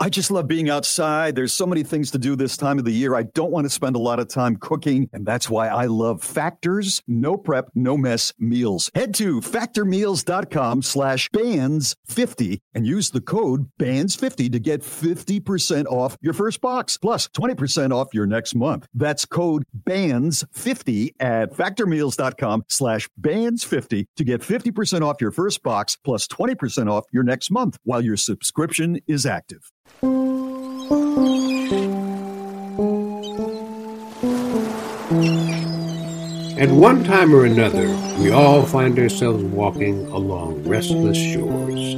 I just love being outside. There's so many things to do this time of the year. I don't want to spend a lot of time cooking, and that's why I love Factors No Prep, No Mess Meals. Head to factormeals.com slash bands50 and use the code bands50 to get 50% off your first box, plus 20% off your next month. That's code bands50 at factormeals.com slash bands50 to get 50% off your first box, plus 20% off your next month while your subscription is active. At one time or another, we all find ourselves walking along restless shores.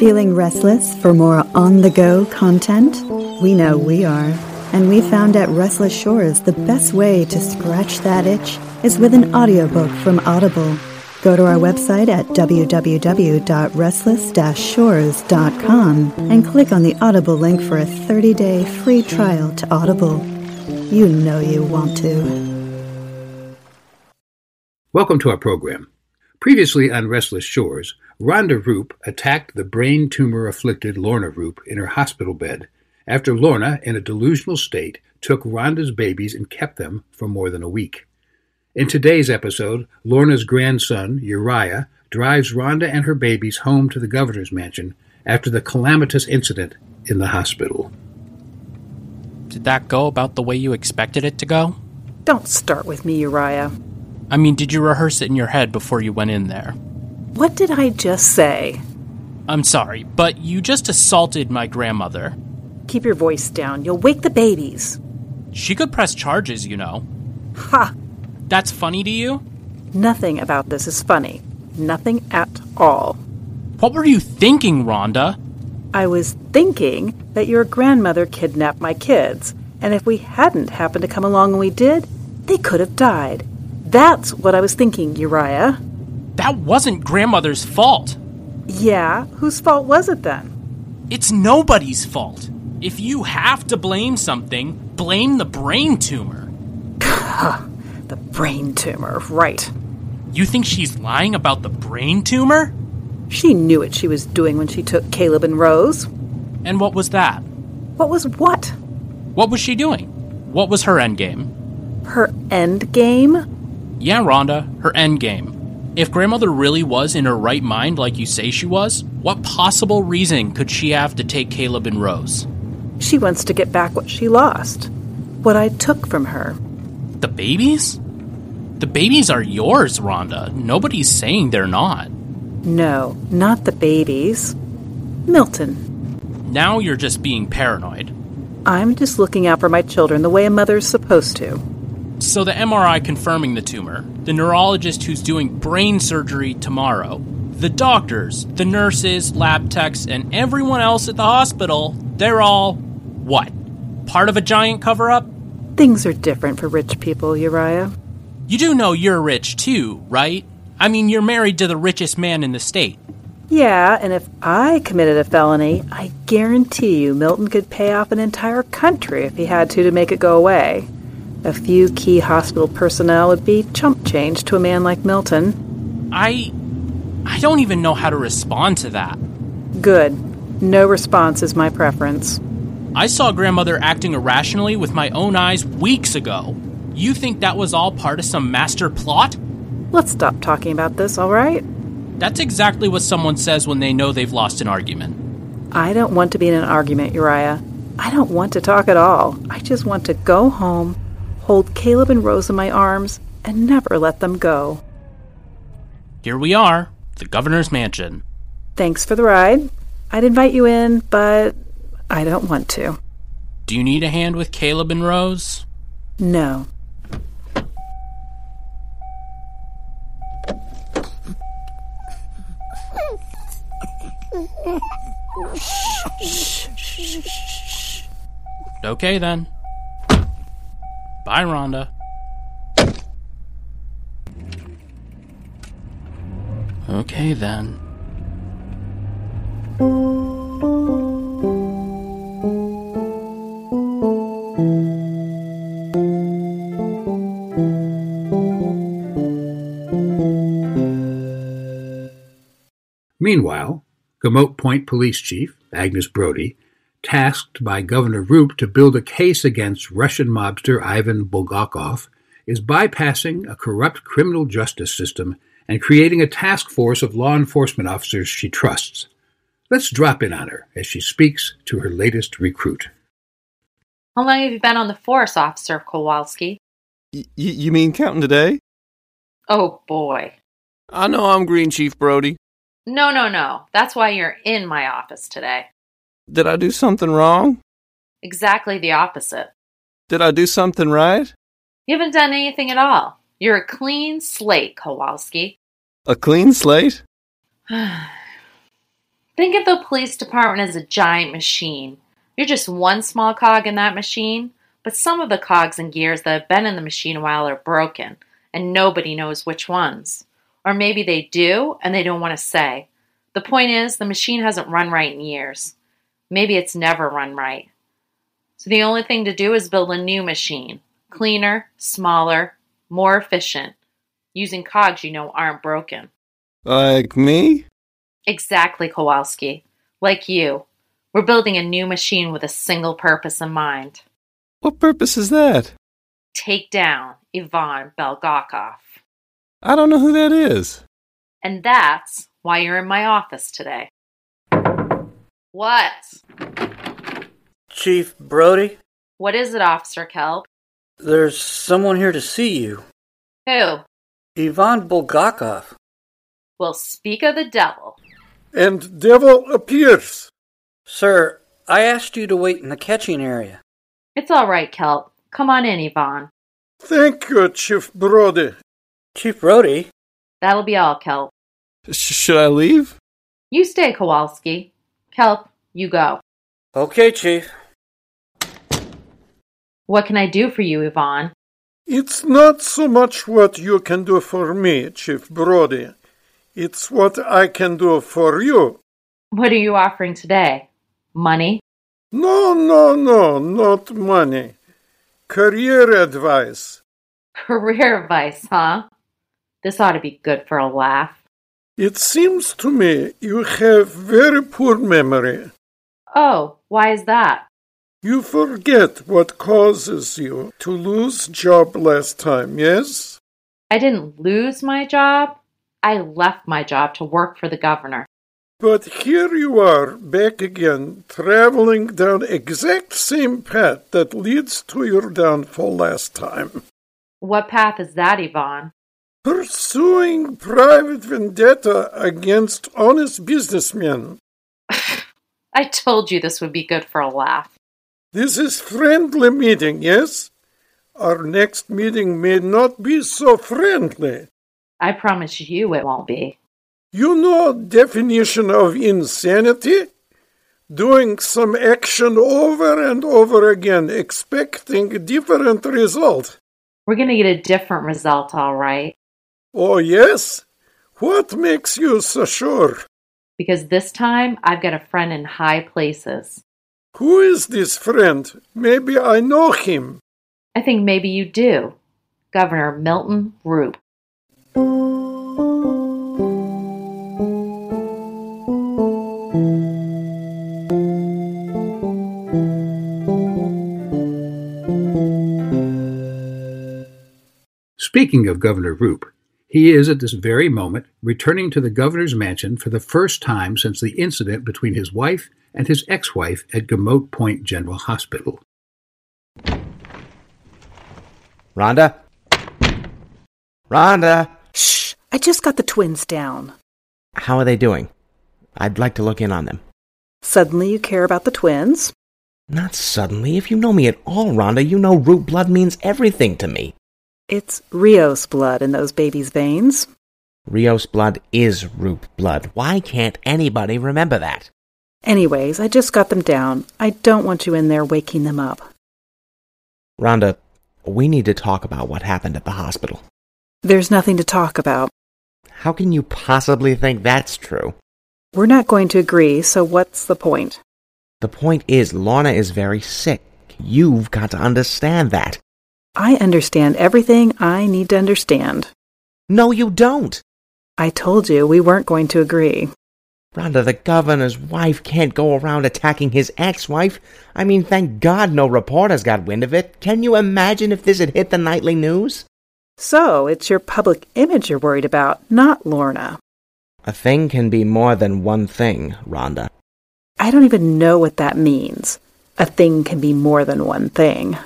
Feeling restless for more on the go content? We know we are. And we found at Restless Shores the best way to scratch that itch is with an audiobook from Audible. Go to our website at www.restless shores.com and click on the Audible link for a 30 day free trial to Audible. You know you want to. Welcome to our program. Previously on Restless Shores, Rhonda Roop attacked the brain tumor afflicted Lorna Roop in her hospital bed after Lorna, in a delusional state, took Rhonda's babies and kept them for more than a week. In today's episode, Lorna's grandson, Uriah, drives Rhonda and her babies home to the governor's mansion after the calamitous incident in the hospital. Did that go about the way you expected it to go? Don't start with me, Uriah. I mean, did you rehearse it in your head before you went in there? What did I just say? I'm sorry, but you just assaulted my grandmother. Keep your voice down. You'll wake the babies. She could press charges, you know. Ha! That's funny to you? Nothing about this is funny. Nothing at all. What were you thinking, Rhonda? I was thinking that your grandmother kidnapped my kids, and if we hadn't happened to come along when we did, they could have died. That's what I was thinking, Uriah. That wasn't grandmother's fault. Yeah, whose fault was it then? It's nobody's fault. If you have to blame something, blame the brain tumor. The brain tumor, right. You think she's lying about the brain tumor? She knew what she was doing when she took Caleb and Rose. And what was that? What was what? What was she doing? What was her endgame? Her end game? Yeah, Rhonda, her endgame. If grandmother really was in her right mind like you say she was, what possible reason could she have to take Caleb and Rose? She wants to get back what she lost. What I took from her. The babies? The babies are yours, Rhonda. Nobody's saying they're not. No, not the babies. Milton, Now you're just being paranoid. I'm just looking out for my children the way a mother's supposed to. So the MRI confirming the tumor, the neurologist who's doing brain surgery tomorrow, the doctors, the nurses, lab techs, and everyone else at the hospital, they're all what? Part of a giant cover up? Things are different for rich people, Uriah. You do know you're rich too, right? I mean, you're married to the richest man in the state. Yeah, and if I committed a felony, I guarantee you Milton could pay off an entire country if he had to to make it go away. A few key hospital personnel would be chump change to a man like Milton. I. I don't even know how to respond to that. Good. No response is my preference. I saw grandmother acting irrationally with my own eyes weeks ago. You think that was all part of some master plot? Let's stop talking about this, all right? That's exactly what someone says when they know they've lost an argument. I don't want to be in an argument, Uriah. I don't want to talk at all. I just want to go home, hold Caleb and Rose in my arms, and never let them go. Here we are, the governor's mansion. Thanks for the ride. I'd invite you in, but I don't want to. Do you need a hand with Caleb and Rose? No. Okay then. Bye, Rhonda. Okay then. Meanwhile, Gamot South Point Police Chief, Agnes Brody, tasked by Governor Roop to build a case against Russian mobster Ivan Bulgakov, is bypassing a corrupt criminal justice system and creating a task force of law enforcement officers she trusts. Let's drop in on her as she speaks to her latest recruit. How long have you been on the force, Officer Kowalski? Y- you mean counting today? Oh boy. I know I'm Green Chief Brody. No, no, no. That's why you're in my office today. Did I do something wrong? Exactly the opposite. Did I do something right? You haven't done anything at all. You're a clean slate, Kowalski. A clean slate? Think of the police department as a giant machine. You're just one small cog in that machine, but some of the cogs and gears that have been in the machine a while are broken, and nobody knows which ones. Or maybe they do, and they don't want to say. The point is, the machine hasn't run right in years. Maybe it's never run right. So the only thing to do is build a new machine cleaner, smaller, more efficient, using cogs you know aren't broken. Like me? Exactly, Kowalski. Like you. We're building a new machine with a single purpose in mind What purpose is that? take down Ivan Belgakov. I don't know who that is. And that's why you're in my office today. What? Chief Brody, What is it, Officer Kelp? there's someone here to see you. Who? Ivan Bulgakov. Will speak of the devil. and devil appears. Sir, I asked you to wait in the catching area. It's all right, Kelp. Come on in, Ivan. Thank you, Chief Brody. Chief Brody, That'll be all, Kelp. Sh- should I leave? You stay, Kowalski. Kelp, you go. Okay, Chief. What can I do for you, Ivan? It's not so much what you can do for me, Chief Brody. It's what I can do for you. What are you offering today? Money? No, no, no, not money. Career advice. Career advice, huh? This ought to be good for a laugh. It seems to me you have very poor memory. Oh, why is that? You forget what causes you to lose job last time, yes? I didn't lose my job. I left my job to work for the governor. But here you are back again, traveling down exact same path that leads to your downfall last time. What path is that, Yvonne? Pursuing private vendetta against honest businessmen. I told you this would be good for a laugh. This is friendly meeting, yes? Our next meeting may not be so friendly. I promise you it won't be. You know definition of insanity? Doing some action over and over again, expecting different result. We're going to get a different result, all right, Oh, yes? What makes you so sure? because this time I've got a friend in high places. Who is this friend? Maybe I know him. I think maybe you do. Governor Milton Roop. Speaking of Governor Roop, he is at this very moment returning to the governor's mansion for the first time since the incident between his wife and his ex wife at Gamote Point General Hospital. Rhonda? Rhonda? Shh, I just got the twins down. How are they doing? I'd like to look in on them. Suddenly you care about the twins? Not suddenly. If you know me at all, Rhonda, you know root blood means everything to me. It's Rios blood in those babies' veins. Rios blood is root blood. Why can't anybody remember that? Anyways, I just got them down. I don't want you in there waking them up. Rhonda, we need to talk about what happened at the hospital. There's nothing to talk about. How can you possibly think that's true? We're not going to agree, so what's the point? The point is, Lorna is very sick. You've got to understand that. I understand everything I need to understand. No, you don't. I told you we weren't going to agree. Rhonda, the governor's wife can't go around attacking his ex wife. I mean, thank God no reporters got wind of it. Can you imagine if this had hit the nightly news? So it's your public image you're worried about, not Lorna. A thing can be more than one thing, Rhonda. I don't even know what that means. A thing can be more than one thing.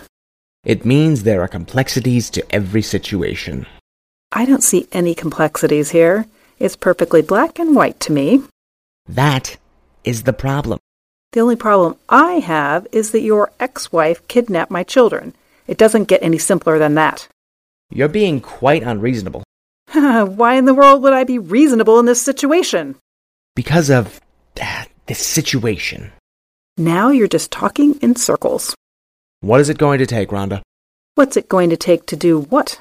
It means there are complexities to every situation. I don't see any complexities here. It's perfectly black and white to me. That is the problem. The only problem I have is that your ex wife kidnapped my children. It doesn't get any simpler than that. You're being quite unreasonable. Why in the world would I be reasonable in this situation? Because of uh, this situation. Now you're just talking in circles. What is it going to take, Rhonda? What's it going to take to do what?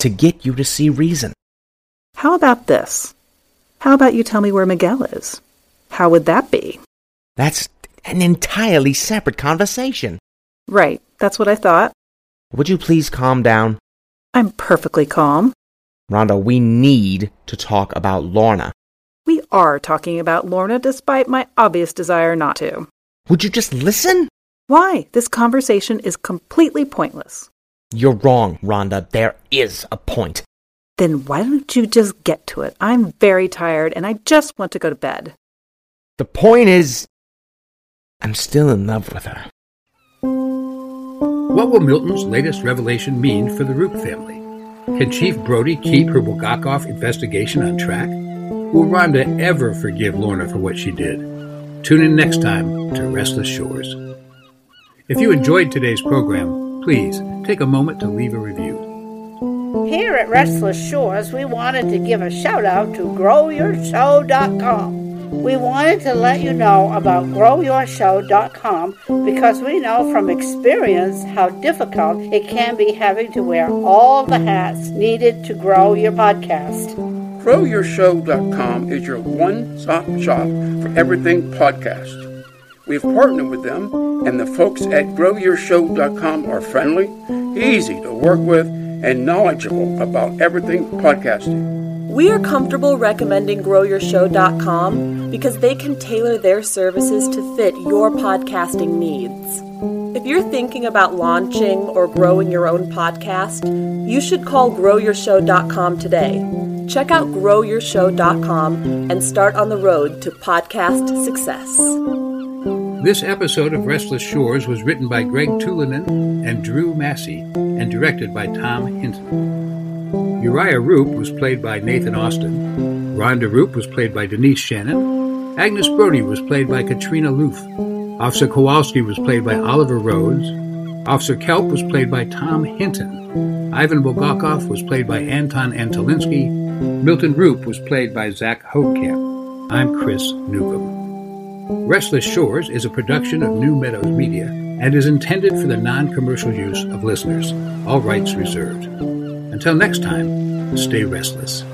To get you to see reason. How about this? How about you tell me where Miguel is? How would that be? That's an entirely separate conversation. Right, that's what I thought. Would you please calm down? I'm perfectly calm. Rhonda, we need to talk about Lorna. We are talking about Lorna despite my obvious desire not to. Would you just listen? Why? This conversation is completely pointless. You're wrong, Rhonda. There is a point. Then why don't you just get to it? I'm very tired and I just want to go to bed. The point is, I'm still in love with her. What will Milton's latest revelation mean for the Roop family? Can Chief Brody keep her Bulgakov investigation on track? Will Rhonda ever forgive Lorna for what she did? Tune in next time to Restless Shores. If you enjoyed today's program, please take a moment to leave a review. Here at Restless Shores, we wanted to give a shout out to growyourshow.com. We wanted to let you know about growyourshow.com because we know from experience how difficult it can be having to wear all the hats needed to grow your podcast. GrowYourShow.com is your one stop shop for everything podcast. We've partnered with them, and the folks at GrowYourShow.com are friendly, easy to work with, and knowledgeable about everything podcasting. We are comfortable recommending growyourshow.com because they can tailor their services to fit your podcasting needs. If you're thinking about launching or growing your own podcast, you should call growyourshow.com today. Check out growyourshow.com and start on the road to podcast success. This episode of Restless Shores was written by Greg Tulinen and Drew Massey and directed by Tom Hinton. Uriah Roop was played by Nathan Austin. Rhonda Roop was played by Denise Shannon. Agnes Brody was played by Katrina Loof. Officer Kowalski was played by Oliver Rhodes. Officer Kelp was played by Tom Hinton. Ivan Bogakov was played by Anton Antolinsky. Milton Roop was played by Zach Hokamp. I'm Chris Newcomb. Restless Shores is a production of New Meadows Media and is intended for the non commercial use of listeners. All rights reserved. Until next time, stay restless.